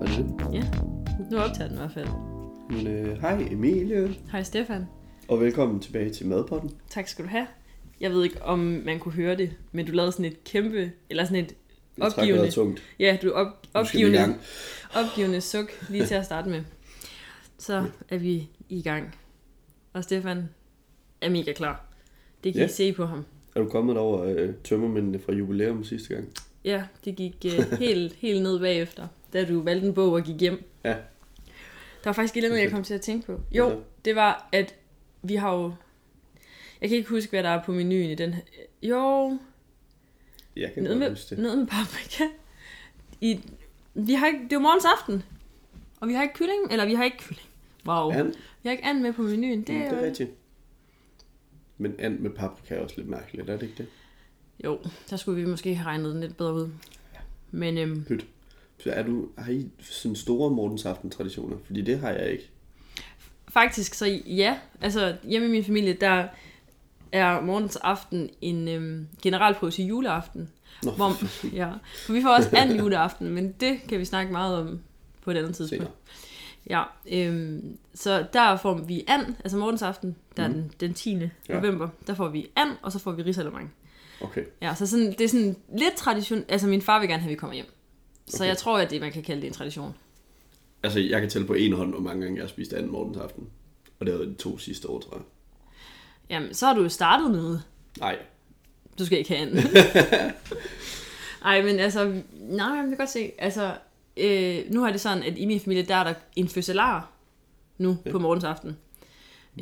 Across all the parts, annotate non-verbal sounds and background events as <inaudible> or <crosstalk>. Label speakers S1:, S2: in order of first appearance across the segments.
S1: med.
S2: Ja, nu optager den i hvert fald.
S1: Men, øh, hej Emilie,
S2: Hej Stefan.
S1: og velkommen tilbage til Madpotten.
S2: Tak skal du have. Jeg ved ikke, om man kunne høre det, men du lavede sådan et kæmpe, eller sådan et
S1: Jeg trak
S2: opgivende,
S1: vejret tungt.
S2: ja, du op,
S1: Nu skal vi i gang.
S2: opgivende, opgivende suk lige til
S1: <laughs>
S2: at starte med. Så er vi i gang. Og Stefan er mega klar. Det kan
S1: Ja.
S2: I se på ham.
S1: Er du kommet over øh, tømmermændene fra jubilæum sidste gang?
S2: Ja, det gik
S1: <laughs>
S2: øh, helt, helt ned bagefter, da du valgte en bog og gik hjem.
S1: Ja.
S2: Der var faktisk et eller andet, jeg kom til at tænke på. Jo,
S1: Hvad da?
S2: det var, at vi har jo... Jeg kan ikke huske, hvad der er på menuen i den her... Jo,
S1: Jeg kan
S2: noget
S1: godt huske
S2: med,
S1: det.
S2: noget med paprika. I, vi har ikke, det er jo morgens aften, og vi har ikke kylling, eller vi har ikke kylling. Wow.
S1: And, Mm,
S2: Vi har ikke and med på menuen. Det er,
S1: det er
S2: jo-
S1: rigtigt. Men and med paprika er også lidt mærkeligt, er det ikke det?
S2: jo, der skulle vi måske have regnet den lidt bedre ud. Men øhm,
S1: Pyt. Så er du, har I sådan store Mortens aften traditioner? Fordi det har jeg ikke.
S2: Faktisk så ja. Altså hjemme i min familie, der er morgens aften en øhm, generalprøve til juleaften.
S1: Nå,
S2: Hvor, ja, for vi får også anden juleaften, men det kan vi snakke meget om på et andet tidspunkt.
S1: senere.
S2: Ja, øhm, så der får vi and, altså morgens aften, der er den, den 10.
S1: Ja.
S2: Ja. november, der får vi and, og så får vi risalemang.
S1: Okay.
S2: Ja, så sådan, det er sådan lidt tradition, altså min far vil gerne have, at vi kommer hjem. Så jeg tror, at det, man kan kalde det en tradition.
S1: Altså, jeg kan tælle på en hånd, hvor mange gange jeg har spist and Mortens aften. Og det har været de to sidste år, tror jeg.
S2: Jamen, så har du jo startet noget.
S1: Nej,
S2: du skal ikke have anden. Ej, men altså, nej, man kan godt se, altså, øh, nu har det sådan, at i min familie, der er der en fødselar nu ja. på morgensaften.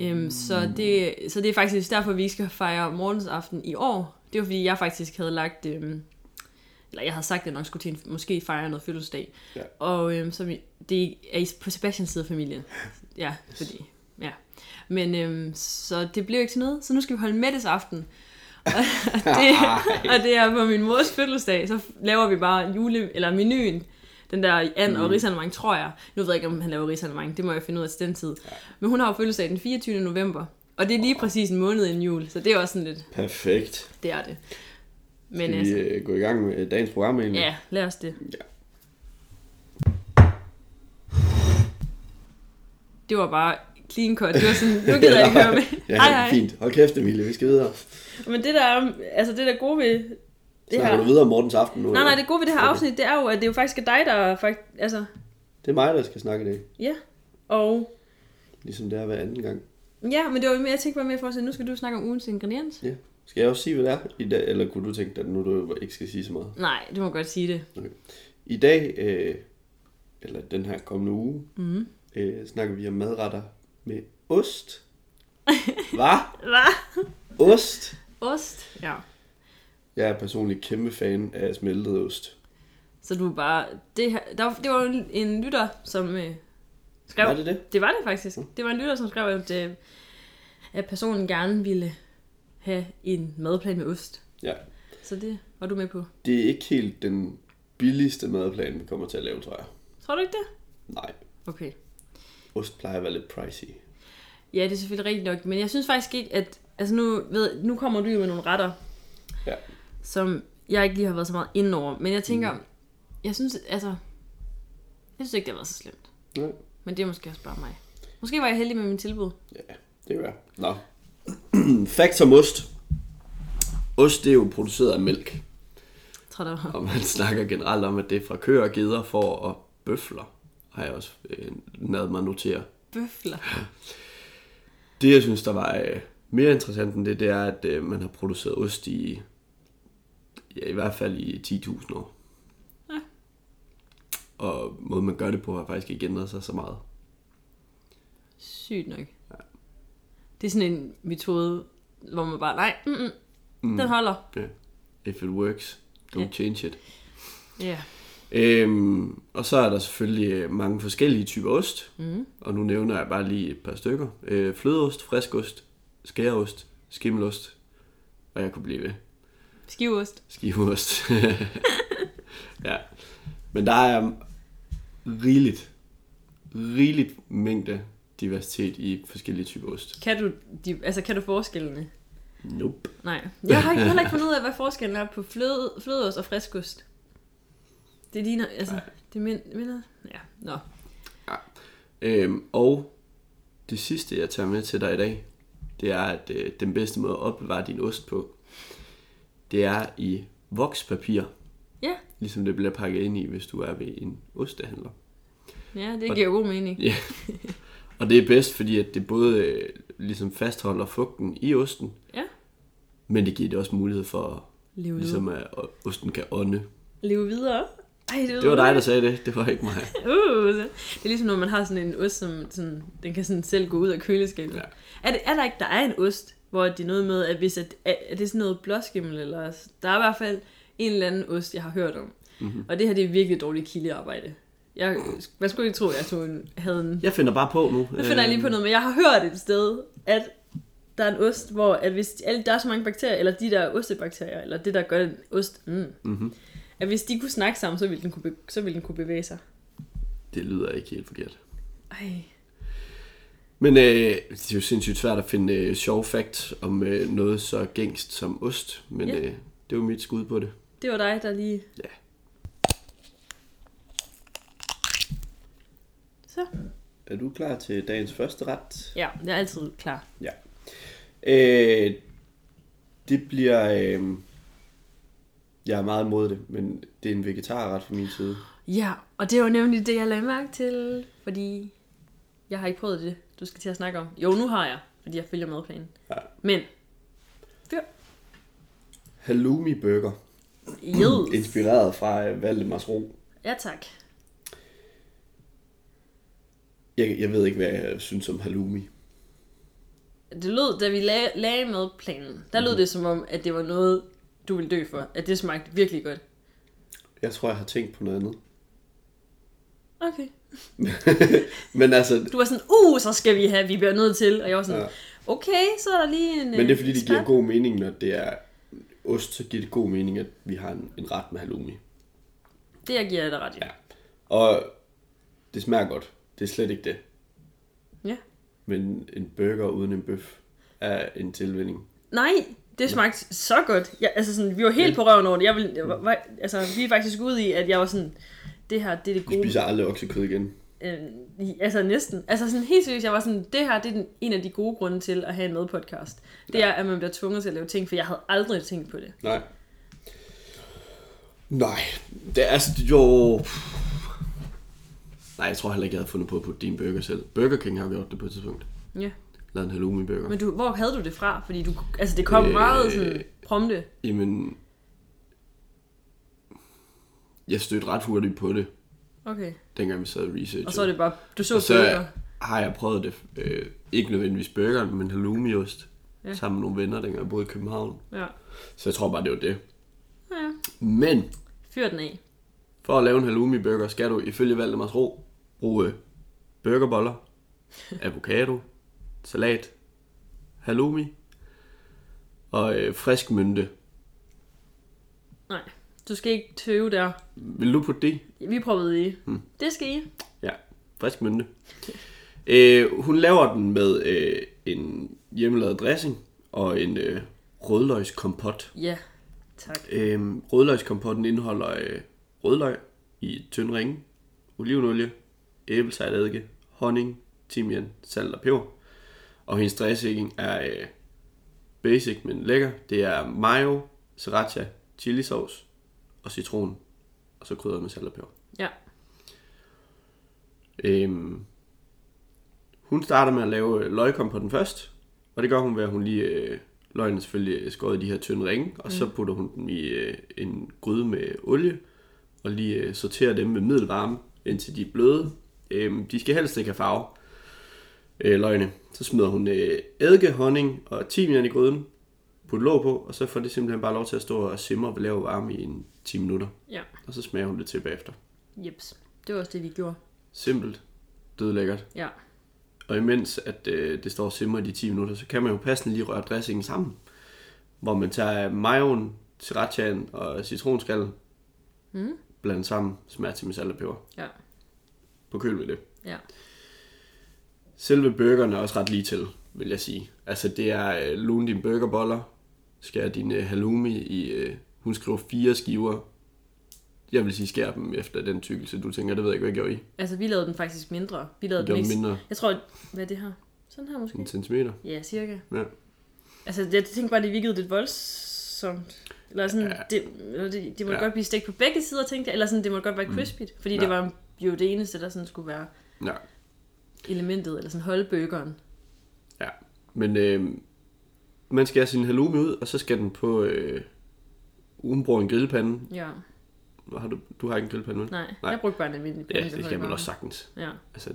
S2: Øhm, så, det, så det er faktisk derfor, vi ikke skal fejre morgensaften i år. Det var fordi, jeg faktisk havde lagt, øhm, eller jeg havde sagt, at jeg nok skulle til en, måske fejre noget fødselsdag.
S1: Ja.
S2: Og øhm, som, i- det er i- på Sebastians side af familien. Ja, fordi, ja. Men øhm, så det blev ikke til noget, så nu skal vi holde Mettes aften. Og, og, <laughs> det, og det er på min mors fødselsdag, så laver vi bare jule, eller menuen, den der and
S1: Mm.
S2: og risalemang, tror jeg. Nu ved jeg ikke, om han laver risalemang, det må jeg finde ud af til den tid. Men hun har jo fødselsdag den 24. november, og det er lige præcis en måned inden jul, så det er også sådan lidt,
S1: perfekt.
S2: det er det. Men
S1: Skal
S2: altså,
S1: vi øh, gå i gang med dagens program egentlig?
S2: ja, lad os det.
S1: Ja.
S2: Det var bare clean cut, det var sådan, nu gider jeg ikke høre med.
S1: <laughs> Ja,
S2: Hej, hej.
S1: fint. Hold kæft, Emilie, vi skal videre.
S2: Men det der, er- altså det der gode ved det
S1: Snakker
S2: her...
S1: du videre om Mortens aften nu?
S2: Nej, nej,
S1: eller?
S2: det gode ved det her afsnit, det er jo, at det er jo faktisk er dig, der faktisk... Altså,
S1: det er mig, der skal snakke i dag.
S2: ja. Og...
S1: Ligesom det er hver anden gang.
S2: Ja, men det var jo mere, jeg tænkte bare mere for at sige, nu skal du snakke om ugens ingrediens.
S1: Ja. Skal jeg også sige, hvad det er i dag? Eller kunne du tænke dig, at nu du ikke skal sige så meget?
S2: Nej, du må godt sige det.
S1: Okay. I dag, øh, eller den her kommende uge,
S2: Mhm.
S1: mm. øh, snakker vi om madretter med ost. <laughs> Hvad?
S2: Hvad?
S1: Ost?
S2: Ost? Ja.
S1: Jeg er personligt kæmpe fan af smeltet ost.
S2: Så du er bare... Det, her, der, det var jo en- en lytter, som øh, skrev...
S1: Var det det? Mm.
S2: Det var det faktisk. Det var en lytter, som skrev, at, øh, at personen gerne ville have en madplan med ost.
S1: Ja.
S2: Så det var du med på.
S1: Det er ikke helt den billigste madplan, vi kommer til at lave, tror jeg.
S2: Tror du ikke det?
S1: Nej.
S2: Okay.
S1: Ost plejer at være lidt pricey.
S2: Ja, det er selvfølgelig rigtigt nok, men jeg synes faktisk ikke, at... Altså nu, ved, nu kommer du jo med nogle retter,
S1: Ja.
S2: som jeg ikke lige har været så meget inde over. Men jeg tænker, mm. jeg synes, altså... Jeg synes ikke, det har været så slemt.
S1: Nej.
S2: Men det er måske også bare mig. Måske var jeg heldig med min tilbud.
S1: Ja, det er Nå. <clears throat> Facts om ost. Ost det er jo produceret af mælk,
S2: Jeg tror, der <laughs> var...
S1: og man <laughs> snakker generelt om, at det er fra køer, geder, får og bøfler, har jeg også øh, nået mig at notere.
S2: Bøfler.
S1: Det, jeg synes, der var øh, mere interessant end det, det er, at øh, man har produceret ost i, ja, i hvert fald i 10.000 år.
S2: Ja.
S1: Og måden, man gør det på, har faktisk ikke ændret sig så meget.
S2: Sygt nok. Det er sådan en metode, hvor man bare, nej, mm, mm, mm. den holder.
S1: Ja. If it works, don't
S2: Ja.
S1: change it.
S2: Ja.
S1: Øhm, og så er der selvfølgelig øh, mange forskellige typer ost. Mm. Og nu nævner jeg bare lige et par stykker. Øh, flødeost, friskost, skæreost, skimmelost. Og jeg kunne blive ved.
S2: Skiveost.
S1: Skiveost. <laughs> ja. Men der er rigeligt, rigeligt mængde diversitet i forskellige typer ost.
S2: Kan du, de, altså, kan du forskellene?
S1: Nope.
S2: Nej. Jeg har ikke heller ikke fundet ud af, hvad forskellen er på fløde, flødeost og friskost. Det ligner, altså, det mind- minder... Ja, nå.
S1: Øhm, og det sidste, jeg tager med til dig i dag, det er, at øh, den bedste måde at opbevare din ost på, det er i vokspapir,
S2: Ja,
S1: ligesom det bliver pakket ind i, hvis du er ved en ostehandler.
S2: ja det giver god mening.
S1: Ja. Og det er bedst, fordi at det både øh, ligesom fastholder fugten i osten,
S2: Ja, Mm.
S1: men det giver det også mulighed for,
S2: leve,
S1: ligesom at at osten kan ånde.
S2: leve videre. Ej, det,
S1: Det var dig, der sagde det. Det var ikke mig.
S2: Uh, så- det er ligesom, når man har sådan en ost, som sådan, den kan sådan selv gå ud af køleskabet.
S1: Ja.
S2: Ja. Er, det, er der ikke, der er en ost, hvor det er noget med, at hvis at, er er det sådan noget blåskimmel, eller der er i hvert fald en eller anden ost, jeg har hørt om.
S1: Mhm.
S2: Mm-hmm. Og det her, det er virkelig dårligt kildearbejde. Jeg, man skulle ikke tro, at jeg tog en, havde en...
S1: Jeg finder bare på nu.
S2: Nu finder jeg lige
S1: Øhm.
S2: på noget, men jeg har hørt et sted, at der er en ost, hvor at hvis alle, der er så mange bakterier, eller de der ostebakterier, eller det, der gør en ost, mm,
S1: Mm-hmm.
S2: at hvis de kunne snakke sammen, så ville den kunne, be, så ville den kunne bevæge sig.
S1: Det lyder ikke helt forkert.
S2: Ej,
S1: Men øh, det er jo sindssygt svært at finde øh, sjov facts om øh, noget så gængst som ost, men
S2: Ja.
S1: øh, det var mit skud på det.
S2: det var dig, der lige
S1: Ja.
S2: Så.
S1: Er du klar til dagens første ret?
S2: Ja, jeg er altid klar.
S1: Ja. Øh, det bliver... Øh, jeg er meget imod det, men det er en vegetarret fra min side.
S2: Ja, og det var nemlig det, jeg lagde mærke til, fordi jeg har ikke prøvet det, du skal til at snakke om. Jo, nu har jeg, fordi jeg følger madplanen.
S1: Ja.
S2: Men, fyr,
S1: Halloumi burger. <clears throat>
S2: yes.
S1: Inspireret fra øh, Valdemars Ro.
S2: Ja, tak.
S1: Jeg, jeg ved ikke, hvad jeg synes om halloumi.
S2: Det lød, da vi lagde, lagde madplanen, der
S1: Mhm.
S2: lød det som om, at det var noget, du ville dø for. At det smagte virkelig godt.
S1: Jeg tror, jeg har tænkt på noget andet. <laughs>
S2: Okay.
S1: Men altså,
S2: Du var sådan, uh, så skal vi have, vi bliver nødt til. Og jeg var sådan,
S1: Ja.
S2: ja. okay, så er der lige en...
S1: Men det
S2: øh,
S1: er fordi, det
S2: ekspert."
S1: giver god mening, når det er ost, så giver det god mening, at vi har en, en ret med halloumi.
S2: Det jeg giver jeg dig ret i. Ja.
S1: Og det smager godt. Det er slet ikke det.
S2: ja.
S1: Men en burger uden en bøf er en tilvænning.
S2: Nej, det smagte så godt. Jeg, altså sådan, vi var helt på røven over det. Jeg ville, jeg var, var, altså, vi er faktisk ude i, at jeg var sådan, det her, det er det
S1: Jeg
S2: gode.
S1: spiser aldrig oksekød igen.
S2: Øh, i- altså næsten. Altså sådan helt seriøst, jeg var sådan, det her, det er den, en af de gode grunde til at have en madpodcast. Det er, at man bliver tvunget til at lave ting, for jeg havde aldrig tænkt på det.
S1: Nej. Nej. Det er altså, jo... Nej, jeg tror heller ikke, jeg havde fundet på at putte din burger selv. Burger King har gjort det på et tidspunkt.
S2: Ja.
S1: Lavet en halloumi-burger.
S2: Men du, hvor havde du det fra? Fordi du, altså det kom øh... meget sådan prompte.
S1: Jamen... Jeg stødte ret hurtigt på det,
S2: Okay.
S1: dengang vi sad i research.
S2: Og så er det bare, du så,
S1: Og
S2: så
S1: så
S2: burger.
S1: har jeg prøvet det, øh, ikke nødvendigvis burgeren, men halloumiost, ja.
S2: Ja.
S1: sammen med nogle venner, dengang jeg boede i København.
S2: Ja.
S1: Så jeg tror bare, det var det.
S2: ja.
S1: Men
S2: Fyr den af.
S1: for at lave en halloumi-burger, skal du ifølge Valdemars Ro bruge øh,
S2: <laughs>
S1: burgerboller, avocado, salat, halloumi og øh, frisk mynte.
S2: Nej, du skal ikke tøve der.
S1: Vil du putte det i?
S2: Vi prøvede i. Hmm. Det skal I.
S1: Ja, frisk mynte. Øh, hun laver den med øh, en hjemmelavet dressing og en øh, rødløgskompot.
S2: Ja, tak.
S1: Øhm, rødløgskompotten indeholder øh, rødløg i tynd ringe, olivenolie, æblesejladike, honning, timian, salt og peber. Og hendes dressing er øh, basic, men lækker. Det er mayo, sriracha, chili sauce og citron. Og så krydret med salt og peber.
S2: Ja.
S1: Øhm, hun starter med at lave øh, løgkompotten først, og det gør hun ved, at hun lige... Øh, løgene selvfølgelig skåret i de her tynde ringe, og mm. så putter hun dem i øh, en gryde med olie, og lige øh, sorterer dem med middelvarme, indtil de er bløde. Øhm, de skal helst ikke have farve, øh, løgene. Så smider hun øh, eddike, honning og timian i gryden, putter låg på, og så får det simpelthen bare lov til at stå og simre ved lav varme i en 10 minutter.
S2: Ja.
S1: Og så smager hun det til bagefter.
S2: Jeps. Det var også det, vi gjorde.
S1: Simpelt. Dødlækkert.
S2: Ja.
S1: Og imens at øh, det står og simmer i de 10 minutter, så kan man jo passende lige røre dressingen sammen. Hvor man tager majoen, srirachaen og citronskallen, mm. blander sammen, smager til med salt og peber.
S2: Ja.
S1: På køl med det.
S2: Ja.
S1: Selve burgeren er også ret lige til, vil jeg sige. Altså det er, øh, lune dine burgerboller, skær din øh, halloumi i, øh, hun skriver fire skiver jeg vil sige skære dem efter den tykkelse, du tænker. Det ved jeg ikke, hvad jeg gjorde i.
S2: Altså, vi lavede den faktisk mindre. Vi lavede
S1: Jeg
S2: den
S1: gjorde
S2: ikke...
S1: dem mindre.
S2: Jeg tror, hvad er det her? Sådan her måske?
S1: En centimeter.
S2: Ja, cirka.
S1: Ja.
S2: Altså, jeg tænkte bare, det virkede lidt voldsomt. Eller sådan,
S1: Ja.
S2: ja. det, eller det, det må ja.
S1: Ja.
S2: godt blive stegt på begge sider, tænkte jeg. Eller sådan, det må godt være crispy. Mm. Fordi ja. det
S1: Ja.
S2: var jo det eneste, der sådan skulle være
S1: Ja.
S2: elementet, eller sådan holdbøgeren.
S1: Ja, men øh, man skal have sin halloumi ud, og så skal den på øh, uden brug af en grillpande.
S2: Ja,
S1: Nå, Har du, du har ikke en grillpande, vel?
S2: nej.
S1: Nej.
S2: Jeg brugte bare en almindelig
S1: Ja,
S2: pande til
S1: det kan man
S2: holdbøgeren.
S1: også sagtens.
S2: Ja,
S1: Altså,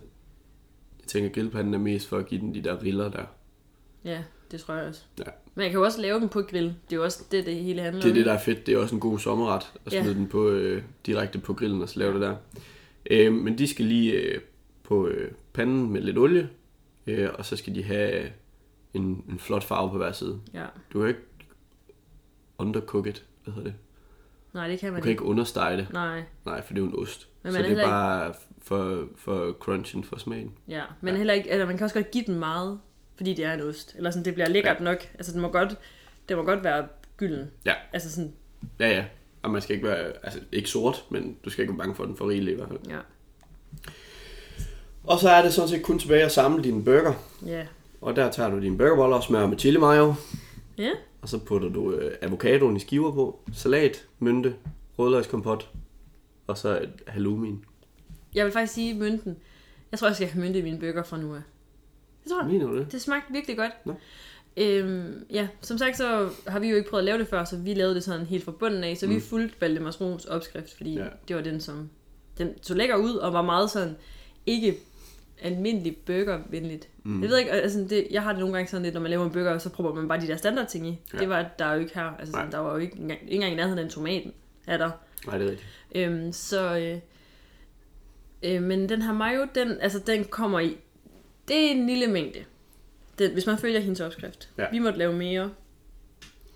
S1: jeg tænker, grillpanden er mest for at give den de der riller der.
S2: ja, det tror jeg også.
S1: Ja.
S2: Men jeg kan jo også lave dem på grill. Det er jo også det, det hele handler
S1: Det er
S2: om.
S1: det, der er fedt. Det er også en god sommerret at
S2: Ja.
S1: smide den på, øh, direkte på grillen og så lave det der. Øh, men de skal lige øh, på øh, panden med lidt olie, øh, og så skal de have øh, en, en flot farve på hver side.
S2: Ja.
S1: Du kan ikke undercook it, hvad hedder det?
S2: Nej, det kan man
S1: Du kan ikke understege det.
S2: Nej,
S1: Nej, for det er jo en ost.
S2: Men
S1: så
S2: man er
S1: det er
S2: heller
S1: bare for, for crunchen, for smagen.
S2: ja. Men
S1: Ja.
S2: heller ikke, eller man kan også godt give den meget, fordi det er en ost. Eller sådan, det bliver lækkert ja. nok. Altså, den må godt, den må godt være gylden.
S1: Ja.
S2: Altså sådan,
S1: Ja, ja. Og man skal ikke være, altså ikke sort, men du skal ikke være bange for, at den får rigeligt i hvert fald.
S2: ja.
S1: Og så er det sådan set kun tilbage at samle dine burger.
S2: Ja.
S1: Og der tager du dine burgerboller og smører med chili mayo.
S2: Ja,
S1: Og så putter du øh, avocadoen i skiver på, salat, mynte, rødløgskompot og så et halloumien.
S2: jeg vil faktisk sige mynten. Jeg tror, jeg skal have mynte i mine bøger fra nu af. Jeg tror,
S1: Mener du det?
S2: det smagte virkelig godt.
S1: Nå.
S2: Øhm, ja, som sagt, så har vi jo ikke prøvet at lave det før, så vi lavede det sådan helt fra bunden af. Så mm. vi fulgte Valdemars Roms opskrift, fordi ja.
S1: Ja.
S2: det var den, som den så lækker ud og var meget sådan ikke almindelig burgervenligt. Mm. Jeg ved ikke, altså det, jeg har det nogle gange sådan lidt, når man laver en burger, så prøver man bare de der standardting i. Ja.
S1: Ja.
S2: Det var der jo ikke her. Altså, sådan,
S1: Nej.
S2: der var jo ikke engang, ikke engang i nærheden af en tomaten. Er der.
S1: Nej, det er rigtigt.
S2: Øhm, så, øh, øh, men den her mayo, den, altså, den kommer i, det er en lille mængde, den, hvis man følger hendes opskrift.
S1: Ja.
S2: Vi måtte lave mere.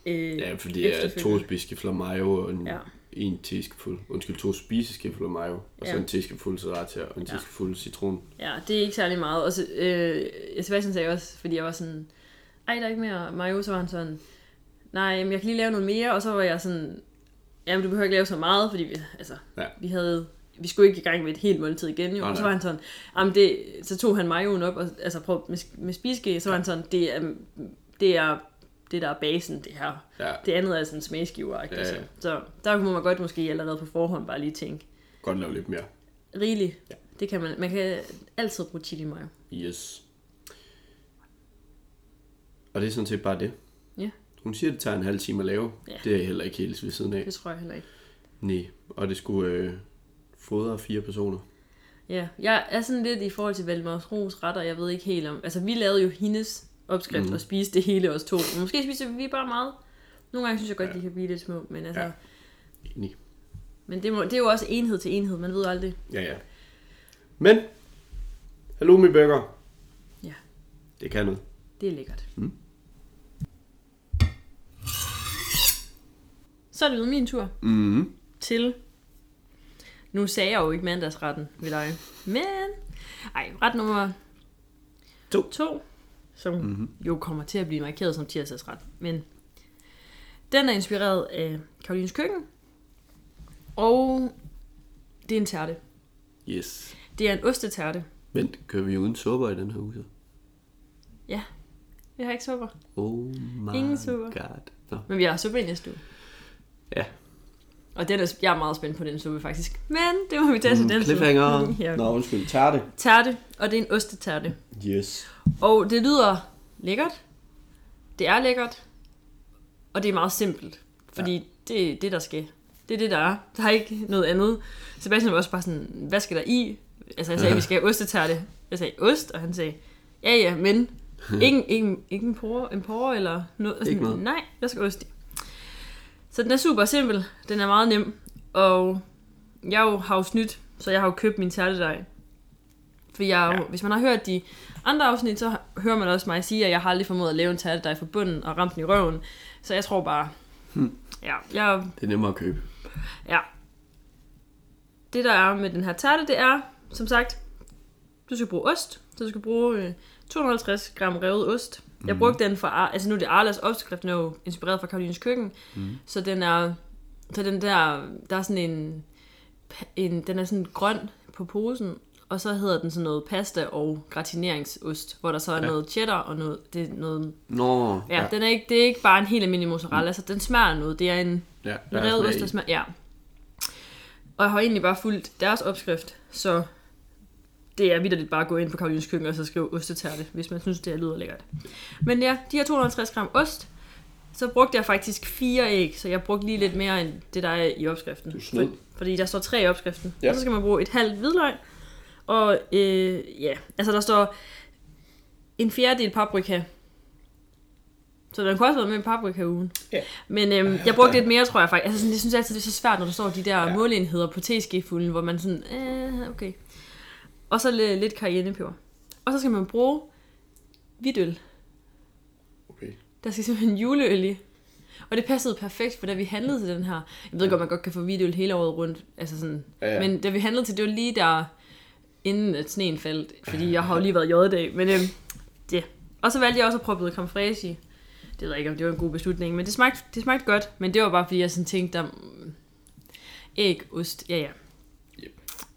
S2: Øh,
S1: Ja, fordi det er to
S2: efterfølgende.
S1: spiseskefulder mayo og en,
S2: Ja.
S1: ja. en teskefuld, undskyld, to spiseskefulder mayo, og så
S2: Ja.
S1: en teskefuld sriracha og en
S2: Ja.
S1: teskefuld citron.
S2: Ja, det er ikke særlig meget. Og så, øh, Sebastian sagde også, fordi jeg var sådan, ej, der er ikke mere mayo, så var han sådan, nej, men jeg kan lige lave noget mere, og så var jeg sådan, jamen du behøver ikke lave så meget, fordi vi, altså,
S1: Ja.
S2: vi havde vi skulle ikke i gang med et helt måltid igen, jo.
S1: Nej,
S2: Og så
S1: nej.
S2: var han sådan, jamen det, så tog han majoen op, og, altså prøv med, med spiske, så var han sådan, det er, det er det der er basen, det her.
S1: Ja,
S2: Det andet er sådan smagsgiver ja,
S1: Ja,
S2: ja.
S1: ja.
S2: Så, så der kunne man godt måske allerede på forhånd bare lige tænke,
S1: godt lave lidt mere.
S2: rigeligt, ja. det kan man, man kan altid bruge chili mayo.
S1: Yes. Og det er sådan set bare det.
S2: Ja.
S1: Hun siger, at det tager en halv time at lave.
S2: Ja.
S1: Det er jeg heller ikke helt ved siden af.
S2: Det tror jeg heller ikke.
S1: Nej, og det skulle øh, fodre fire personer.
S2: Ja, jeg er sådan lidt i forhold til Valdemars Ros retter, jeg ved ikke helt om... Altså, vi lavede jo hendes opskrift mm. og spiste det hele os to. Men Måske spiste vi bare meget. Nogle gange synes jeg godt, ja. de kan blive lidt små, men altså... Ja.
S1: Ja. Enig.
S2: Men det, må, det er jo også enhed til enhed, man ved aldrig.
S1: Ja, ja. Men, halloumi burger.
S2: Ja.
S1: Det kan noget.
S2: Det er lækkert. Mm. Så er det blevet min tur
S1: Mm-hmm.
S2: til... Nu sagde jeg jo ikke mandagsretten ved dig, men... Ej, ret nummer
S1: To.
S2: 2, som mm-hmm.
S1: Mhm.
S2: jo kommer til at blive markeret som tirsdagsret. Men den er inspireret af Karolines Køkken, og det er en tærte.
S1: Yes.
S2: Det er en ostetærte.
S1: Vent, kører vi uden supper i den her uge? så?
S2: Ja, vi har ikke supper,
S1: Oh my
S2: Ingen supper.
S1: god. Nå.
S2: men vi har suppe i næste uge.
S1: Ja.
S2: Og den er, jeg er meget spændt på den suppe faktisk, men det må vi tage til
S1: Mm,
S2: Altså, den
S1: Cliffhanger.
S2: Ja.
S1: Nå, undskyld. Tærte.
S2: Tærte, og det er en ostetærte.
S1: Yes.
S2: Og det lyder lækkert. Det er lækkert. Og det er meget simpelt. Fordi ja. det er det, der skal. Det er det, der er. Der er ikke noget andet. Sebastian var også bare sådan, hvad skal der i? Altså jeg sagde, vi skal have ostetærte. Jeg sagde, ost? Og han sagde, ja ja, men ingen, ingen, ingen porre, en porre eller noget. Og
S1: Ikke noget.
S2: Nej, der skal ost i. Så den er super simpel. Den er meget nem. Og jeg jo har jo snydt, så jeg har jo købt min tærtedej. For jeg, ja. hvis man har hørt de andre afsnit, så hører man også mig sige, at jeg har aldrig formået at lave en tærtedej fra bunden og ramt den i røven. Så jeg tror bare, ja, jeg,
S1: Det er nemmere at købe.
S2: ja. Det der er med den her tærte, det er, som sagt, du skal bruge ost. Så du skal bruge øh, 250 gram revet ost. Jeg brugte den fra, Ar- altså nu er det Arlas opskrift, den er Mhm. jo inspireret fra Karolines Køkken. Mm. Så den er, så den der, der er sådan en, pa- en, den er sådan grøn på posen, og så hedder den sådan noget pasta og gratineringsost, hvor der så er ja. noget cheddar og noget, det er noget
S1: Nå,
S2: ja, ja. Den er ikke, det er ikke bare en helt almindelig mozzarella, så den smager af noget. Det er en
S1: ja, der
S2: en
S1: er
S2: revet
S1: smag
S2: ost,
S1: i.
S2: der smager. Ja. Og jeg har egentlig bare fulgt deres opskrift, så det er vidderligt bare at gå ind på Karolines køkken og så skrive ostetærte, hvis man synes, det her lyder lækkert. Men ja, de her 250 gram ost, så brugte jeg faktisk fire æg, så jeg brugte lige lidt mere end det, der er i opskriften.
S1: Du er snød.
S2: Fordi der står tre i opskriften.
S1: Ja.
S2: Ja. Og så skal man bruge et halvt hvidløg. Og øh, ja, altså der står en fjerdedel paprika. Så den kunne også være med i paprika-ugen.
S1: Ja.
S2: Men øhm, jeg brugte lidt mere, tror jeg faktisk. Altså, sådan, jeg synes altid, det er så svært, når der står de der ja. måleenheder på teskefulden, hvor man sådan, øh, okay. Og så lidt, lidt cayennepeber. Og så skal man bruge hvidøl.
S1: Okay.
S2: Der skal simpelthen juleøl i. Og det passede perfekt, for da vi handlede til den her... Jeg ved godt, man godt kan få hvidøl hele året rundt. Altså sådan,
S1: Ja, ja.
S2: Men da vi handlede til, det var lige der, inden at sneen faldt. Fordi jeg har jo lige været jødedag. Men øhm, det. Og så valgte jeg også at proppe noget comfresi. Det ved jeg ikke, om det var en god beslutning. Men det smagte, det smagte godt. Men det var bare, fordi jeg sådan tænkte, der, æg, ost, ja ja.
S1: Yep.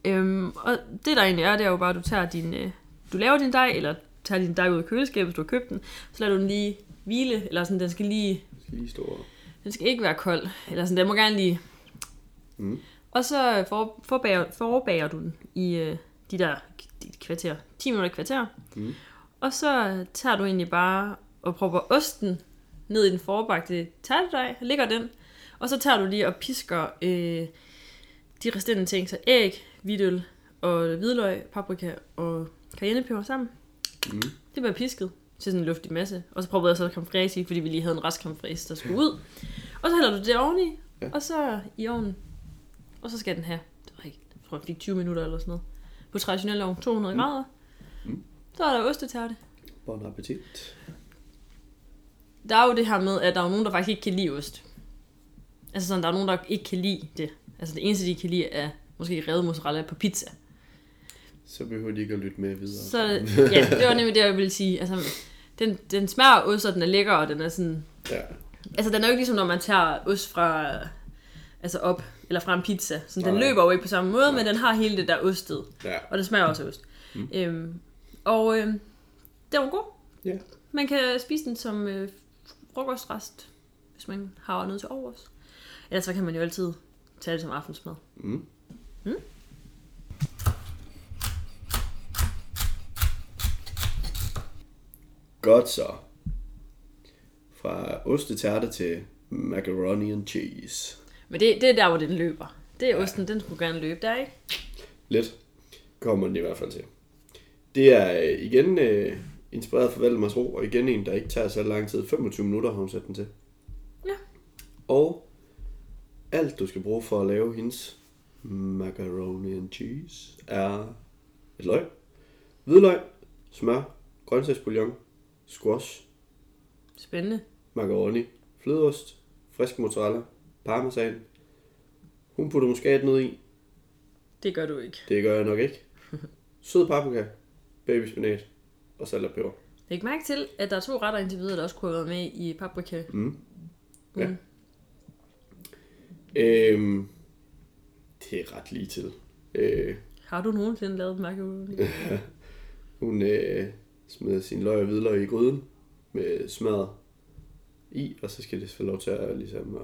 S2: Øhm, og det der egentlig er, det er jo bare, at du tager din, øh, du laver din dej, eller tager din dej ud af køleskabet, hvis du har købt den, så lader du den lige hvile, eller sådan, den skal lige,
S1: Jeg skal lige stå og...
S2: den skal ikke være kold, eller sådan, den må gerne lige.
S1: Mm.
S2: Og så øh, for, forbager, forbager du den i øh, de der de kvarter, 10 minutter i kvarter.
S1: Mm.
S2: Og så tager du egentlig bare og propper osten ned i den forbagte tærtedej, ligger den, og så tager du lige og pisker øh, de resterende ting, så æg, hvidøl og hvidløg, paprika og cayennepeber sammen.
S1: Mm.
S2: Det bliver pisket til sådan en luftig masse. Og så proppede jeg så komfræs i, fordi vi lige havde en rest komfræs, der skulle ud. Og så hælder du det oveni,
S1: Ja.
S2: ja. og så i ovnen. Og så skal den have, det var ikke, jeg tror, jeg fik 20 minutter eller sådan noget. På traditionel ovn, 200 mm. grader. Så er der ostetærte.
S1: Bon appetit.
S2: Der er jo det her med, at der er jo nogen, der faktisk ikke kan lide ost. Altså sådan, der er nogen, der ikke kan lide det. Altså det eneste, de kan lide, er måske revet mozzarella på pizza.
S1: Så behøver de ikke at lytte med videre.
S2: Så
S1: <laughs>
S2: ja, det var nemlig det, jeg ville sige. Altså, den, den smager af ost, og den er lækker, og den er sådan...
S1: Ja.
S2: Altså, den er jo ikke ligesom, når man tager ost fra... Altså op, eller fra en pizza. Så den
S1: Nej.
S2: løber jo ikke på samme måde, men den har hele det der ostet.
S1: Ja.
S2: Og den smager også af ost. Mm. Øhm, og øhm, den var god.
S1: Ja.
S2: Man kan spise den som øh, frokostrest, hvis man har noget til overs. Ellers så kan man jo altid tage det som aftensmad.
S1: Mm. Godt så. Fra ostetærte til macaroni and cheese.
S2: Men det, det er der, hvor den løber. Det er osten, den skulle gerne løbe der, ikke?
S1: Lidt kommer den i hvert fald til. Det er øh, igen øh, inspireret fra Valdemars Ro, og igen en, der ikke tager så lang tid. 25 minutter har hun sat den til.
S2: Ja.
S1: Og alt, du skal bruge for at lave hendes macaroni and cheese, er et løg, hvidløg, smør, grøntsagsbouillon, squash,
S2: Spændende.
S1: macaroni, flødeost, frisk mozzarella, parmesan. Hun putter muskat ned i,
S2: Det gør du ikke.
S1: det gør jeg nok ikke. Sød paprika, babyspinat og salt og peber.
S2: Læg mærke til, at der er to retter indtil videre, der også kunne have været med i paprika.
S1: Mm. Ja.
S2: Ja.
S1: Øhm, det er ret lige til. Øh,
S2: Har du nogensinde lavet macaroni?
S1: hun øh, smider sin løg og hvidløg i gryden med smadret i, og så skal det få lov til at, ligesom, at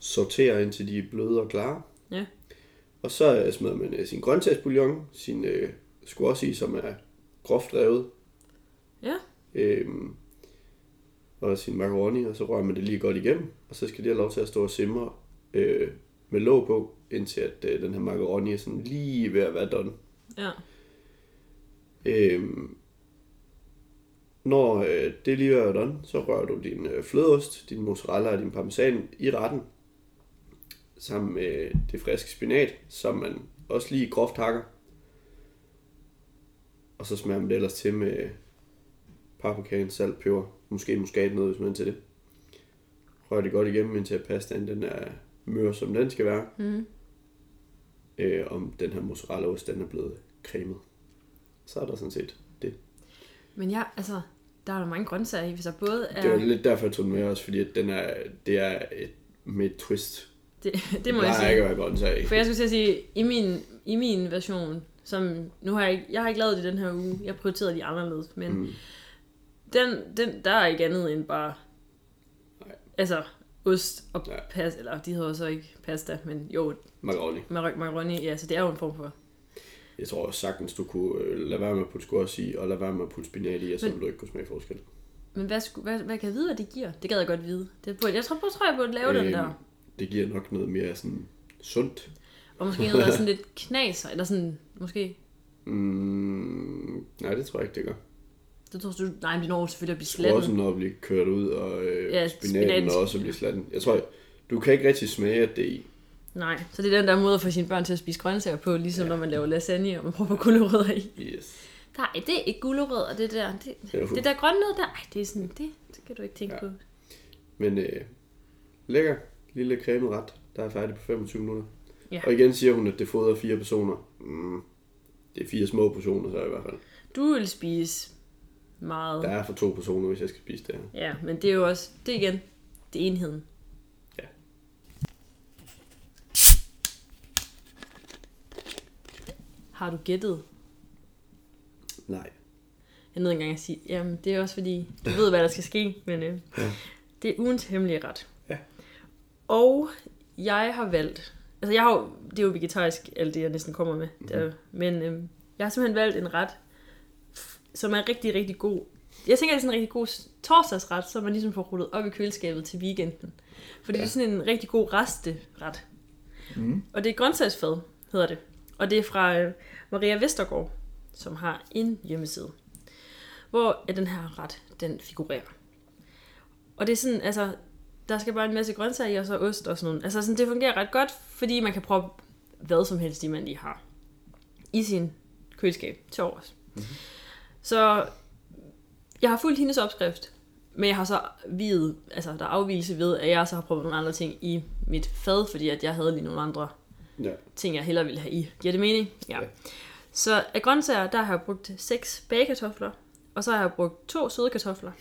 S1: sortere indtil de er bløde og klare.
S2: Ja.
S1: Og så øh, smider man øh, sin grøntsagsbouillon, sin øh, squash i, som er groft revet,
S2: Ja,
S1: øhm, og sin macaroni, og så rører man det lige godt igennem, og så skal det have lov til at stå og simre øh, med låg på, indtil at øh, den her macaroni er sådan lige ved at være done.
S2: ja.
S1: Øhm, når øh, det lige er done, så rører du din øh, flødeost, din mozzarella og din parmesan i retten, sammen med øh, det friske spinat, som man også lige groft hakker. Og så smager man det ellers til med paprikaen, salt, peber, måske muskat noget, hvis man er til det. Rør det godt igennem, indtil pastaen den er mør, som den skal være.
S2: Mm.
S1: Øh, om den her mozzarellaost den er blevet cremet. Så er der sådan set det.
S2: Men ja, altså, der er der mange grøntsager i, hvis der både
S1: Det var
S2: er...
S1: lidt derfor, jeg tog den med også, fordi at den er, det er et, med et twist.
S2: Det, <laughs> det
S1: Det
S2: må jeg
S1: plejer
S2: sige.
S1: ikke at være grøntsag.
S2: For jeg skulle til at sige, i min, i min version, som nu har jeg, ikke- jeg har ikke lavet det den her uge, jeg prioriterede de anderledes, men mm. den, den, der er ikke andet end bare,
S1: Nej.
S2: altså, ost og
S1: Nej.
S2: pas, eller de hedder så ikke pasta, men jo,
S1: Macaroni.
S2: maroc macaroni, ja, så det er jo en form for,
S1: Jeg tror også sagtens, du kunne øh, lade være med at putte squash i, og lade være med at putte spinat i, og så
S2: Men-
S1: ville du ikke kunne smage forskel.
S2: men hvad, sku- hvad, hvad kan jeg vide, hvad det giver? Det gad jeg godt vide. Det burde, jeg tror, jeg tror, jeg burde
S1: Øh,
S2: lave øhm. den der.
S1: Det giver nok noget mere sådan sundt.
S2: Og måske noget, der er sådan lidt knaser, eller sådan, måske,
S1: Mm, nej, det tror jeg ikke, det gør.
S2: det tror du, nej, men det når selvfølgelig at blive
S1: Slettet. Også
S2: slettet.
S1: når at blive kørt ud, og øh,
S2: Ja,
S1: ja,
S2: spinaten.
S1: spinaten og også at blive slatten. Jeg tror, du kan ikke rigtig smage, at det er i.
S2: Nej, så det er den der måde at få sine børn til at spise grøntsager på, ligesom ja. når man laver lasagne, og man prøver gulerødder i.
S1: Yes.
S2: Nej, det er ikke gulerødder, det der. Det,
S1: Jo.
S2: det der grønne noget der, ej, det er sådan, det, det kan du ikke tænke ja.
S1: Ja.
S2: på.
S1: Men øh, lækker lille cremet ret, der er færdig på 25 minutter.
S2: Ja.
S1: Og igen siger hun, at det fodrer fire personer. Mm, det er fire små portioner så i hvert fald.
S2: Du vil spise meget.
S1: Der
S2: Ja.
S1: er for to personer, hvis jeg skal spise det her.
S2: ja, men det er jo også, det er igen, det er enheden.
S1: Ja.
S2: Har du gættet?
S1: Nej.
S2: Jeg nåede ikke engang at sige, jamen det er også fordi, du ved, hvad der skal ske, men øh,
S1: Ja.
S2: det er ugens hemmelige ret.
S1: Ja.
S2: Og jeg har valgt, altså jeg har jo, det er jo vegetarisk, alt det jeg næsten kommer med,
S1: Mhm.
S2: mm-hmm. der, men øh, jeg har simpelthen valgt en ret, f- som er rigtig, rigtig god. Jeg tænker, det er sådan en rigtig god s- torsdagsret, som man ligesom får rullet op i køleskabet til weekenden. Fordi ja. det er sådan en rigtig god resteret.
S1: Mhm.
S2: Mm. Og det er grøntsagsfad, hedder det. Og det er fra øh, Maria Vestergaard, som har en hjemmeside hvor at den her ret, den figurerer. Og det er sådan, altså, der skal bare en masse grøntsager i, og så ost og sådan noget. Altså, sådan, det fungerer ret godt, fordi man kan prøve hvad som helst, de man lige har i sin køleskab til års. Mm-hmm. Så jeg har fulgt hendes opskrift, men jeg har så videt, altså der er afvielse ved, at jeg så har prøvet nogle andre ting i mit fad, fordi at jeg havde lige nogle andre
S1: Ja.
S2: ting, jeg hellere ville have i. Giver det mening? Ja. Så af grøntsager, der har jeg brugt 6 bagekartofler, og så har jeg brugt to søde kartofler.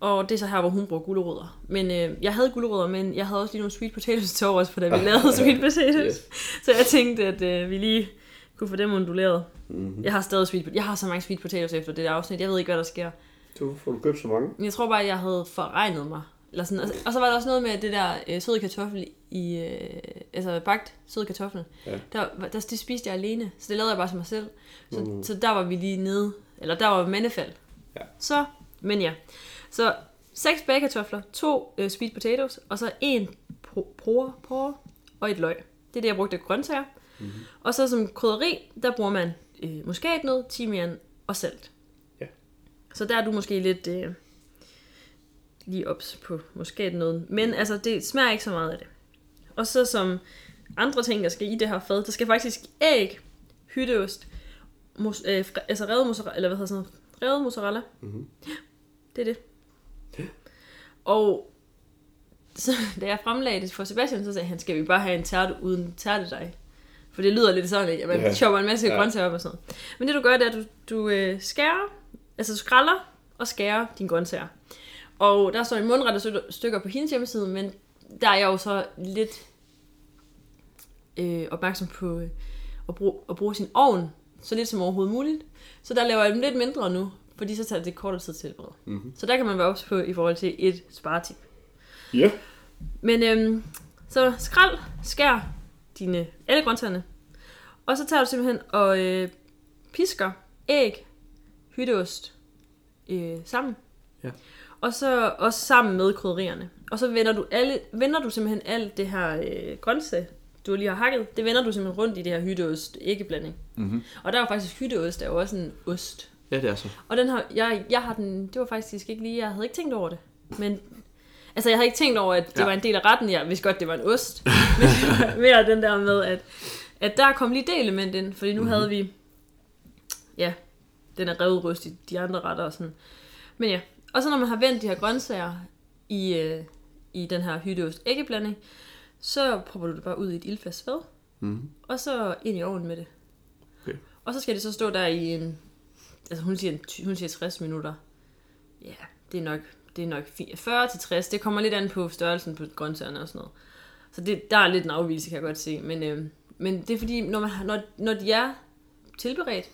S2: Og det er så her, hvor hun bruger gulerødder. Men øh, jeg havde gulerødder, men jeg havde også lige nogle sweet potatoes til overs, for da vi lavede sweet potatoes.
S1: Yes.
S2: Så jeg tænkte, at øh, vi lige kunne få dem unduleret. Mm-hmm. Jeg har stadig sweet pot- Jeg har så mange sweet potatoes efter det der afsnit. Jeg ved ikke, hvad der sker.
S1: Du får du købt så mange.
S2: Men Jeg tror bare, jeg havde forregnet mig. Eller sådan. Og, og så var der også noget med det der øh, søde kartoffel i... Øh, altså bagt søde kartoffel.
S1: Ja.
S2: Der, var- der, det spiste jeg alene, så det lavede jeg bare til mig selv. Så, mm. så der var vi lige nede. Eller der var mandefald.
S1: Ja.
S2: Så, men ja. Så seks bagkartofler, to øh, sweet potatoes, og så en por, por, por og et løg. Det er det, jeg brugte af grøntsager.
S1: Mhm.
S2: Mm-hmm. Og så som krydderi, der bruger man øh, muskatnød, timian og salt.
S1: Ja.
S2: Så der er du måske lidt øh, lige ops på muskatnøden. Men altså, det smager ikke så meget af det. Og så som andre ting, der skal i det her fad, der skal faktisk æg, hytteost, mos, øh, fri- altså revet mozzarella, eller hvad hedder sådan noget? Revet mozzarella. Mm-hmm.
S1: Mhm.
S2: Det er det. Og så, <laughs> da jeg fremlagde det for Sebastian, så sagde han, skal vi bare have en tærte uden tærtedej? For det lyder lidt sådan, at man
S1: Ja.
S2: yeah. chopper en masse
S1: Ja.
S2: yeah. grøntsager op og sådan noget. Men det du gør, det er, at du, du øh, skærer, altså du skræller og skærer dine grøntsager. Og der står en mundrette stykker- stykker på hendes hjemmeside, men der er jeg jo så lidt øh, opmærksom på øh, at, bruge, at bruge sin ovn så lidt som overhovedet muligt. Så der laver jeg dem lidt mindre nu, fordi så tager det kortere tid til at tilberede. Mm-hmm. Så der kan man være ops på i forhold til et sparetip.
S1: Ja.
S2: Men øhm, så skrald, skær dine alle grøntsagerne. Og så tager du simpelthen og øh, pisker æg, hytteost øh, sammen.
S1: Ja.
S2: Og så også sammen med krydderierne. Og så vender du, alle, vender du simpelthen alt det her øh, grøntsag, du lige har hakket, det vender du simpelthen rundt i det her hytteost æggeblanding. Mm-hmm. Og der er jo faktisk hytteost, der er jo også en ost.
S1: Ja, det er så.
S2: Og den har, jeg, jeg har den, det var faktisk ikke lige, jeg havde ikke tænkt over det. Men, altså jeg havde ikke tænkt over, at det ja.
S1: Ja.
S2: var en del af retten. Jeg vidste godt, det var en ost. Men <laughs> det var mere den der med, at, at der kom lige det element ind. Fordi
S1: Mhm.
S2: nu mm-hmm. havde vi, ja, den er revet røst i de andre retter og sådan. Men ja, og så når man har vendt de her grøntsager i, øh, i den her hytteost æggeblanding, så propper du det bare ud i et ildfast fad.
S1: Mhm.
S2: Og så ind i ovnen med det.
S1: Okay.
S2: Og så skal det så stå der i en altså hun siger, en ty- hun siger 60 minutter. Ja, det er nok, det er nok fi- 40 til 60. Det kommer lidt an på størrelsen på grøntsagerne og sådan noget. Så det, der er lidt en afvielse, kan jeg godt se. Men, øh, men det er fordi, når, man, har- når, når de er tilberedt,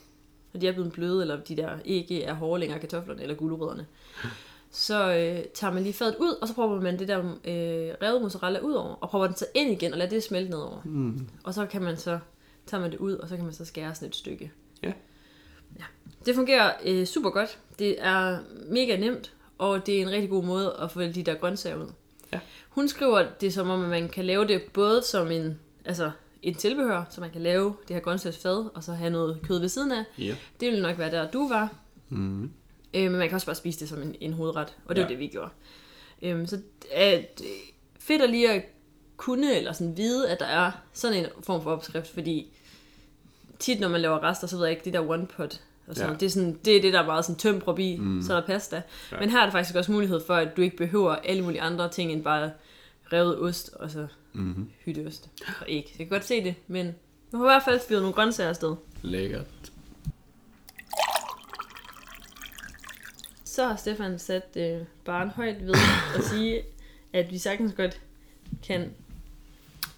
S2: når de er blevet bløde, eller de der ikke er hårde længere kartoflerne, eller
S1: <laughs>
S2: gulerødderne, så øh, tager man lige fadet ud, og så propper man det der øh, revet mozzarella ud over, og propper den så ind igen, og lader det smelte nedover. Mm. Og så kan man så, tager man det ud, og så kan man så skære sådan et stykke.
S1: Ja.
S2: Det fungerer øh, super godt. Det er mega nemt, og det er en rigtig god måde at få de der grøntsager ud.
S1: Ja.
S2: Hun skriver det som om, at man kan lave det både som en, altså en tilbehør, så man kan lave det her grøntsagsfad, og så have noget kød ved siden af.
S1: Ja.
S2: Det ville nok være der, du var. Mm. Øh, men man kan også bare spise det som en, en hovedret, og det ja.
S1: Ja.
S2: var det, vi gjorde. Øhm, så at, øh, fedt at lige at kunne, eller sådan vide, at der er sådan en form for opskrift, fordi tit, når man laver rester, så ved jeg ikke, det der one pot, og sådan,
S1: Ja.
S2: ja. det, er sådan, det er det, der er meget sådan tømt prop i, mm. så er der pasta. Ja. Men her er der faktisk også mulighed for, at du ikke behøver alle mulige andre ting, end bare revet ost, og så mm-hmm. hytteost, og æg. Jeg kan godt se det, men du har i hvert fald fyret nogle grøntsager afsted.
S1: Lækkert.
S2: Så har Stefan sat øh, barn højt ved <laughs> at sige, at vi sagtens godt kan...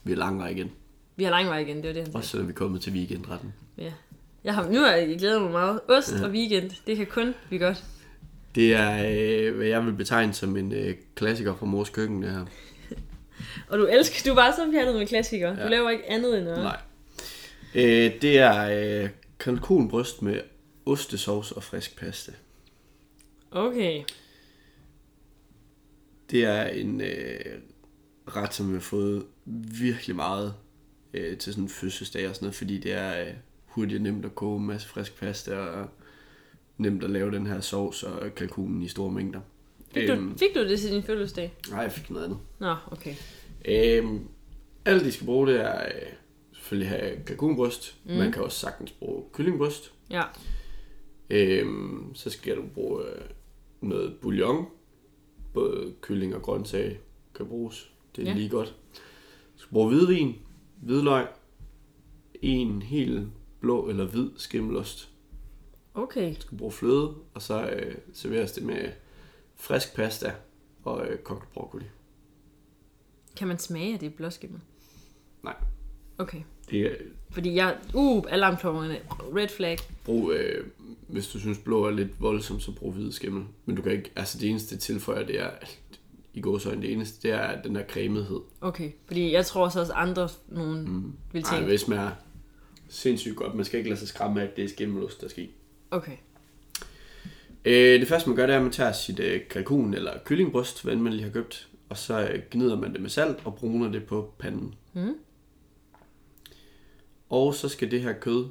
S1: Vi er lang vej igen.
S2: Vi har lang vej igen, det var det, han sagde.
S1: Også selvom vi er kommet til weekendretten.
S2: Ja. Jeg har, nu har jeg glædet mig meget. Ost ja. og weekend, det kan kun vi godt.
S1: Det er, øh, hvad jeg vil betegne som en øh, klassiker fra mors køkken, det her.
S2: Og du elsker, du var så pjattet med klassikere. Ja. Du
S1: Ja.
S2: laver ikke andet end at...
S1: Nej. Øh, det er øh, kalkunbryst med ostesauce og frisk pasta.
S2: Okay.
S1: Det er en øh, ret, som vi har fået virkelig meget øh, til sådan en fødselsdag og sådan noget, fordi det er øh, hurtigt og nemt at koge en masse frisk pasta og nemt at lave den her sovs og kalkunen i store mængder. Øhm,
S2: Fik, du, fik du det til din fødselsdag?
S1: nej, jeg fik noget andet.
S2: Nå, okay.
S1: Øhm, alt de skal bruge, det er øh, selvfølgelig have kalkunbryst. Mm. Man kan også sagtens bruge kyllingbryst.
S2: Ja.
S1: Øhm, så skal du bruge øh, noget bouillon. Både kylling og grøntsager kan bruges. Det er
S2: Ja.
S1: ja. lige godt. Du skal bruge hvidvin, hvidløg, en hel blå eller hvid skimmelost.
S2: Okay.
S1: Du skal bruge fløde, og så øh, serveres det med frisk pasta og øh, kogt broccoli.
S2: Kan man smage, at det er blåskimmel?
S1: Nej,
S2: Okay.
S1: det er,
S2: Fordi jeg... Uh, alarmklokkerne. Red flag.
S1: Brug, øh, hvis du synes blå er lidt voldsomt, så brug hvid skimmel. Men du kan ikke, altså det eneste det tilføjer, det er, i gåsøjne, det eneste, det er den der cremethed.
S2: Okay. Fordi jeg tror så også andre nogen mm. vil
S1: Nej,
S2: tænke...
S1: det smager sindssygt godt. Man skal ikke lade sig skræmme af, at det er skimmelost, der skal i.
S2: Okay.
S1: Øh, det første, man gør, det er, at man tager sit øh, kalkun eller kyllingbryst, hvad end man lige har købt, og så øh, gnider man det med salt og bruner det på panden. Mm. Og så skal det her kød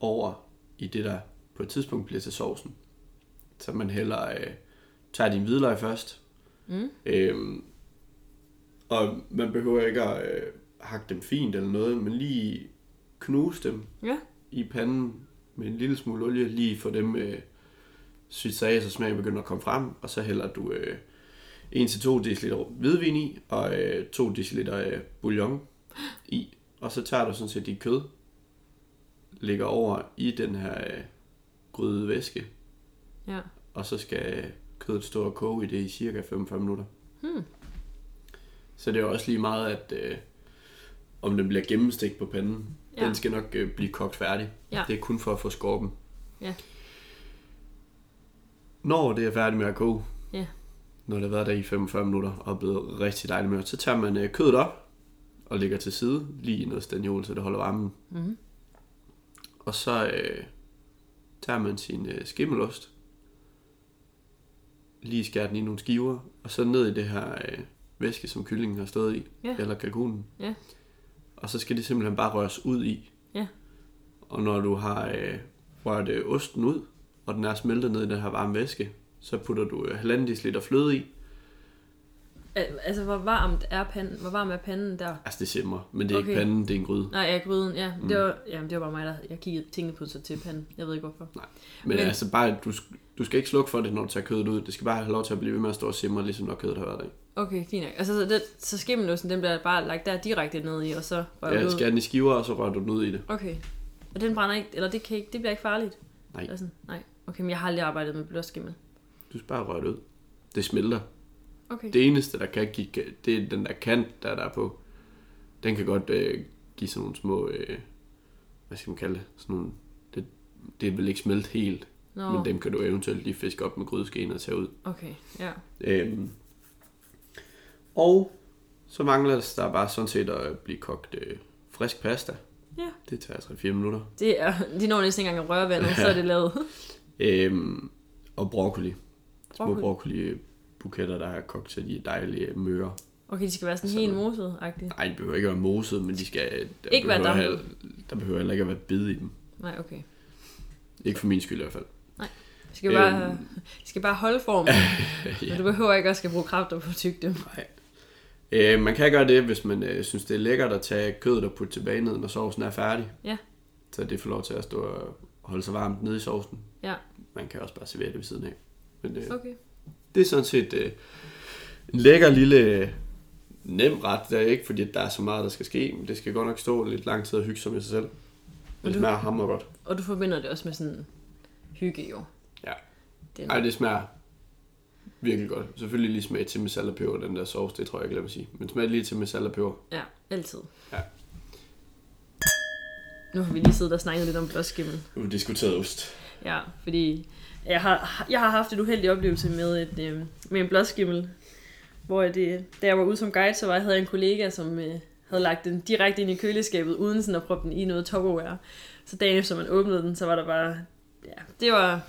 S1: over i det, der på et tidspunkt bliver til sovsen. Så man hælder, øh, tager din hvidløg først, mm. øh, og man behøver ikke at øh, hakke dem fint eller noget, men lige knuse dem
S2: Ja.
S1: i panden med en lille smule olie, lige for dem øh, sygsages og smag begynder at komme frem, og så hælder du øh, 1-2 dl hvidvin i, og øh, 2 dl øh, bouillon i, og så tager du sådan set dit kød, lægger over i den her øh, grydede væske,
S2: Ja.
S1: og så skal kødet stå og koge i det i cirka 45 minutter.
S2: Hmm.
S1: Så det er jo også lige meget, at øh, om den bliver gennemstegt på panden,
S2: Ja.
S1: ja. den skal nok øh, blive kogt færdig.
S2: Ja.
S1: Det er kun for at få skorpen.
S2: Ja.
S1: Når det er færdigt med at koge,
S2: Ja.
S1: når det har været der i 45 minutter og er blevet rigtig dejligt mørt, så tager man øh, kødet op og lægger til side, lige i noget stagnol, så det holder varmen. Mm-hmm. Og så øh, tager man sin øh, skimmelost, lige skærer den i nogle skiver, og så ned i det her øh, væske, som kyllingen har stået i,
S2: Ja.
S1: eller kalkunen.
S2: Ja.
S1: Og så skal det simpelthen bare røres ud i.
S2: Ja.
S1: Og når du har øh, rørt øh, osten ud, og den er smeltet ned i den her varme væske, så putter du øh, halvanden deciliter fløde i.
S2: Al- Altså, hvor varmt er panden? Hvor varm er panden der?
S1: Altså det simmer, men det er okay.
S2: Okay.
S1: ikke panden, det er en gryde.
S2: Nej, ja, gryden, ja. Det
S1: Mm.
S2: var, jamen, det var bare mig, der jeg kiggede, tænkte på så til panden. Jeg ved ikke hvorfor.
S1: Nej. Men,
S2: Men-
S1: men, altså bare, du, sk- du skal ikke slukke for det, når du tager kødet ud. Det skal bare have lov til at blive ved med at stå og simre, ligesom når kødet har været der. i.
S2: Okay, fint nok. Altså, så, det, så skimmelosten, den bliver bare lagt der direkte ned i, og så rører
S1: Ja,
S2: ud.
S1: skærer den i skiver, og så rører du den ud i det.
S2: Okay. Og den brænder ikke, eller det kan ikke, det bliver ikke farligt?
S1: Nej.
S2: Eller sådan, nej. Okay, men jeg har aldrig arbejdet med blåskimmel.
S1: Du skal bare røre det ud. Det smelter.
S2: Okay.
S1: Det eneste, der kan give, det er den der kant, der er der på. Den kan godt øh, give sådan nogle små, øh, hvad skal man kalde det? Sådan nogle, det, det vil ikke smelte helt,
S2: Nå,
S1: oh. men dem kan du eventuelt lige fiske op med grydeskeen og tage ud.
S2: okay, ja.
S1: Øhm. Og så mangler det- der bare sådan set at blive kogt øh, frisk pasta.
S2: Ja.
S1: Det tager 3-4 minutter.
S2: Det er, <laughs> de når næsten ikke engang at røre vandet, så er det lavet. <laughs>
S1: Øhm, og broccoli. Små
S2: Broccoli.
S1: broccoli buketter, der er kogt til de dejlige møre.
S2: Okay, de skal være sådan
S1: Sådan.
S2: helt moset-agtige.
S1: Nej, de behøver ikke være moset, men de skal... Der
S2: Ikke være
S1: behøver
S2: dampet.
S1: heller- Der behøver heller ikke at være bid i dem.
S2: Nej, okay.
S1: Ikke for min skyld i hvert fald. <laughs>
S2: De
S1: Øh,
S2: skal, bare, <laughs> de skal bare holde formen,
S1: ja.
S2: men du behøver ikke også at bruge kræfter på at tygge dem.
S1: Nej. Øh, man kan gøre det, hvis man øh, synes, det er lækkert at tage kødet og putte tilbage ned, når sovsen er færdig.
S2: Ja.
S1: Så det får lov til at stå og holde sig varmt nede i sovsen.
S2: Ja.
S1: Man kan også bare servere det ved siden af. Men øh,
S2: Okay.
S1: det er sådan set øh, en lækker lille øh, nem ret. Det er ikke fordi, at der er så meget, der skal ske, men det skal godt nok stå lidt lang tid og hygge sig med sig selv. Men det
S2: du-
S1: smager hammer godt.
S2: Og du forbinder det også med sådan hygge, jo.
S1: Ja.
S2: Den.
S1: Ej, det smager virkelig godt. Selvfølgelig lige smag til med salt og peber, den der sovs, det tror jeg ikke, at sige. Men smag lige til med salt og peber.
S2: Ja, altid.
S1: Ja.
S2: Nu har vi lige siddet og snakket lidt om blåskimmel.
S1: Nu har vi diskuteret ost.
S2: Ja, fordi jeg har, jeg har haft en uheldig oplevelse med, et, øh, med en blåskimmel. Hvor det, da jeg var ude som guide, så var, havde jeg en kollega, som øh, havde lagt den direkte ind i køleskabet, uden sådan at proppe den i noget topperware. Så dagen efter man åbnede den, så var der bare... Ja, det var,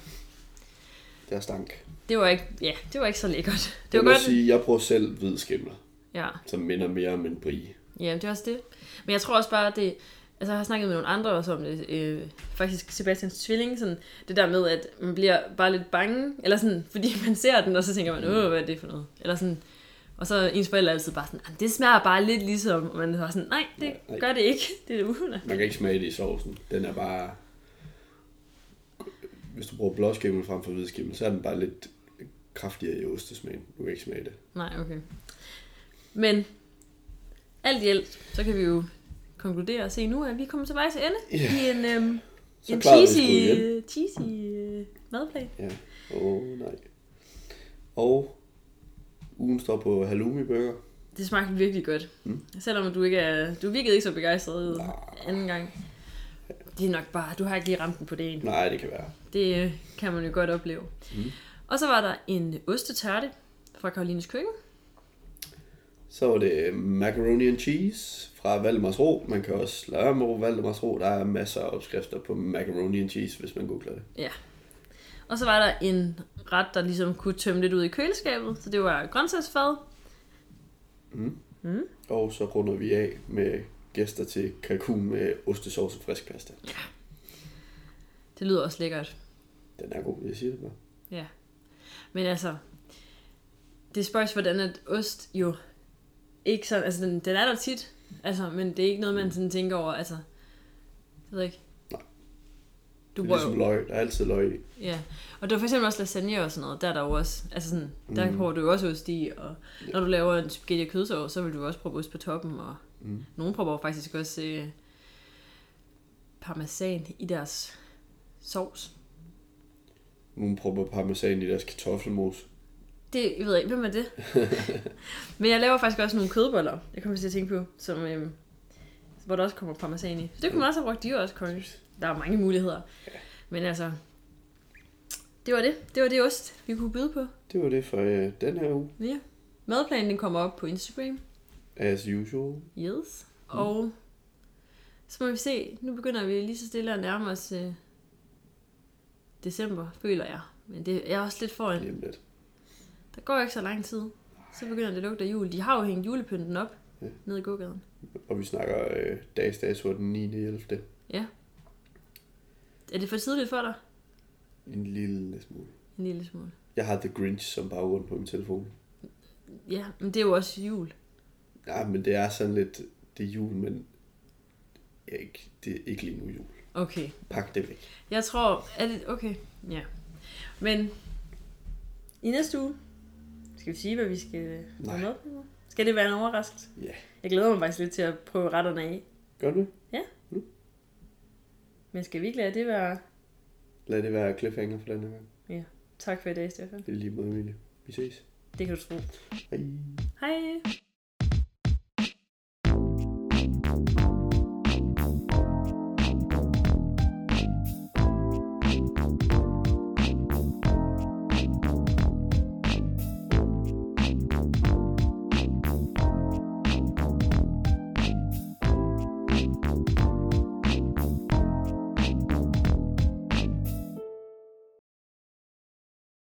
S1: Det er stank.
S2: det var, ikke, ja, det var ikke så lækkert. Det
S1: jeg
S2: var
S1: må
S2: godt.
S1: sige, jeg bruger selv hvid skimler,
S2: Ja.
S1: som minder mere om en brie.
S2: Ja, det er også det. Men jeg tror også bare, at det... Altså, jeg har snakket med nogle andre også om det. Øh, faktisk Sebastians tvilling. Sådan, det der med, at man bliver bare lidt bange. Eller sådan, <laughs> fordi man ser den, og så tænker man, åh, hvad er det for noget? Eller sådan, og så ens forældre er altid bare sådan, "Jamen, det smager bare lidt ligesom, og man er bare sådan, nej, det
S1: Ja, nej.
S2: gør det ikke. Det er det uhørt.
S1: Man kan ikke smage det i sovsen. Den er bare... Hvis du bruger blåskimmel frem for hvid skimmel, så er den bare lidt kraftigere i ostesmagen. Du kan ikke smage det.
S2: <laughs> Nej, okay. Men alt i alt, så kan vi jo konkludere og se nu, at vi kommer til vejs ende
S1: Ja.
S2: i en, øhm,
S1: Så
S2: en
S1: klarede vi
S2: cheesy,
S1: sgu igen.
S2: cheesy øh, madplan.
S1: Ja. Åh, oh, nej. Og ugen står på halloumi burger.
S2: Det smagte virkelig godt. Mm. Selvom du ikke er, du virkede ikke så begejstret anden gang. Det er nok bare, du har ikke lige ramt den på det ene.
S1: Nej, det kan være.
S2: Det øh, kan man jo godt opleve. Mm. Og så var der en ostetørte fra Karolines køkken.
S1: Så var det macaroni and cheese fra Valdemars Ro. Man kan også lave med Valdemars Ro. Der er masser af opskrifter på macaroni and cheese, hvis man googler det.
S2: Ja. Og så var der en ret, der ligesom kunne tømme lidt ud i køleskabet. Så det var grøntsagsfad.
S1: Og så runder vi af med gæster til kalkun med ostesauce og frisk pasta.
S2: Det lyder også lækkert.
S1: Den er god, jeg siger det bare.
S2: Ja. Men altså, det er spøjs, hvordan at ost jo ikke sådan, altså den, den er der tit, altså, men det er ikke noget, man sådan tænker over, altså, jeg ved ikke.
S1: Nej.
S2: Du
S1: det er
S2: bruger
S1: ligesom
S2: jo,
S1: løg. Der er altid løg i.
S2: ja. Og der er for eksempel også lasagne og sådan noget, der er der jo også, altså sådan, der mm. prøver du jo også ost i, og når du laver en spaghetti og kødsovs, så vil du også prøve ost på toppen, og mm. nogen prøver jo faktisk også øh, parmesan i deres sovs.
S1: Nogle propper parmesan i deres kartoffelmos.
S2: Det, jeg ved ikke, hvem er det? Men jeg laver faktisk også nogle kødboller, jeg kommer til at tænke på, som, øhm, hvor der også kommer parmesan i. Så det kunne man også have brugt, de er jo også kongens. Der er mange muligheder. Men altså, det var det. Det var det ost, vi kunne byde på.
S1: Det var det for øh, den her uge,
S2: Ja. Madplanen den kommer op på Instagram.
S1: as usual.
S2: Yes. Og så må vi se, nu begynder vi lige så stille at nærme os øh, december, føler jeg. Men det, jeg er også lidt foran.
S1: Lige om lidt.
S2: Der går ikke så lang tid. Så begynder det at lugte af jul. De har jo hængt julepynten op
S1: Ja.
S2: ja. nede i gågaden.
S1: Og vi snakker øh, dags dato den 9. 11.
S2: Ja. Er det for tidligt for dig?
S1: En lille smule.
S2: En lille smule.
S1: Jeg har The Grinch som baggrund på min telefon.
S2: Ja, men det er jo også jul.
S1: Ja, men det er sådan lidt, det er jul, men ikke, det er ikke lige nu jul.
S2: Okay.
S1: Pak det væk.
S2: Jeg tror, er det... Okay, ja. Men i næste uge, skal vi sige, hvad vi skal
S1: Nej.
S2: have med på? Skal det være en overraskelse?
S1: Ja,
S2: Jeg glæder mig faktisk lidt til at prøve retterne af.
S1: gør det.
S2: Men skal vi ikke lade det være...
S1: Lad det være cliffhanger for den her gang.
S2: Tak for i dag, Stefan.
S1: Det er lige mod Emilie. Vi ses.
S2: Det kan du tro.
S1: Hej.
S2: Hej!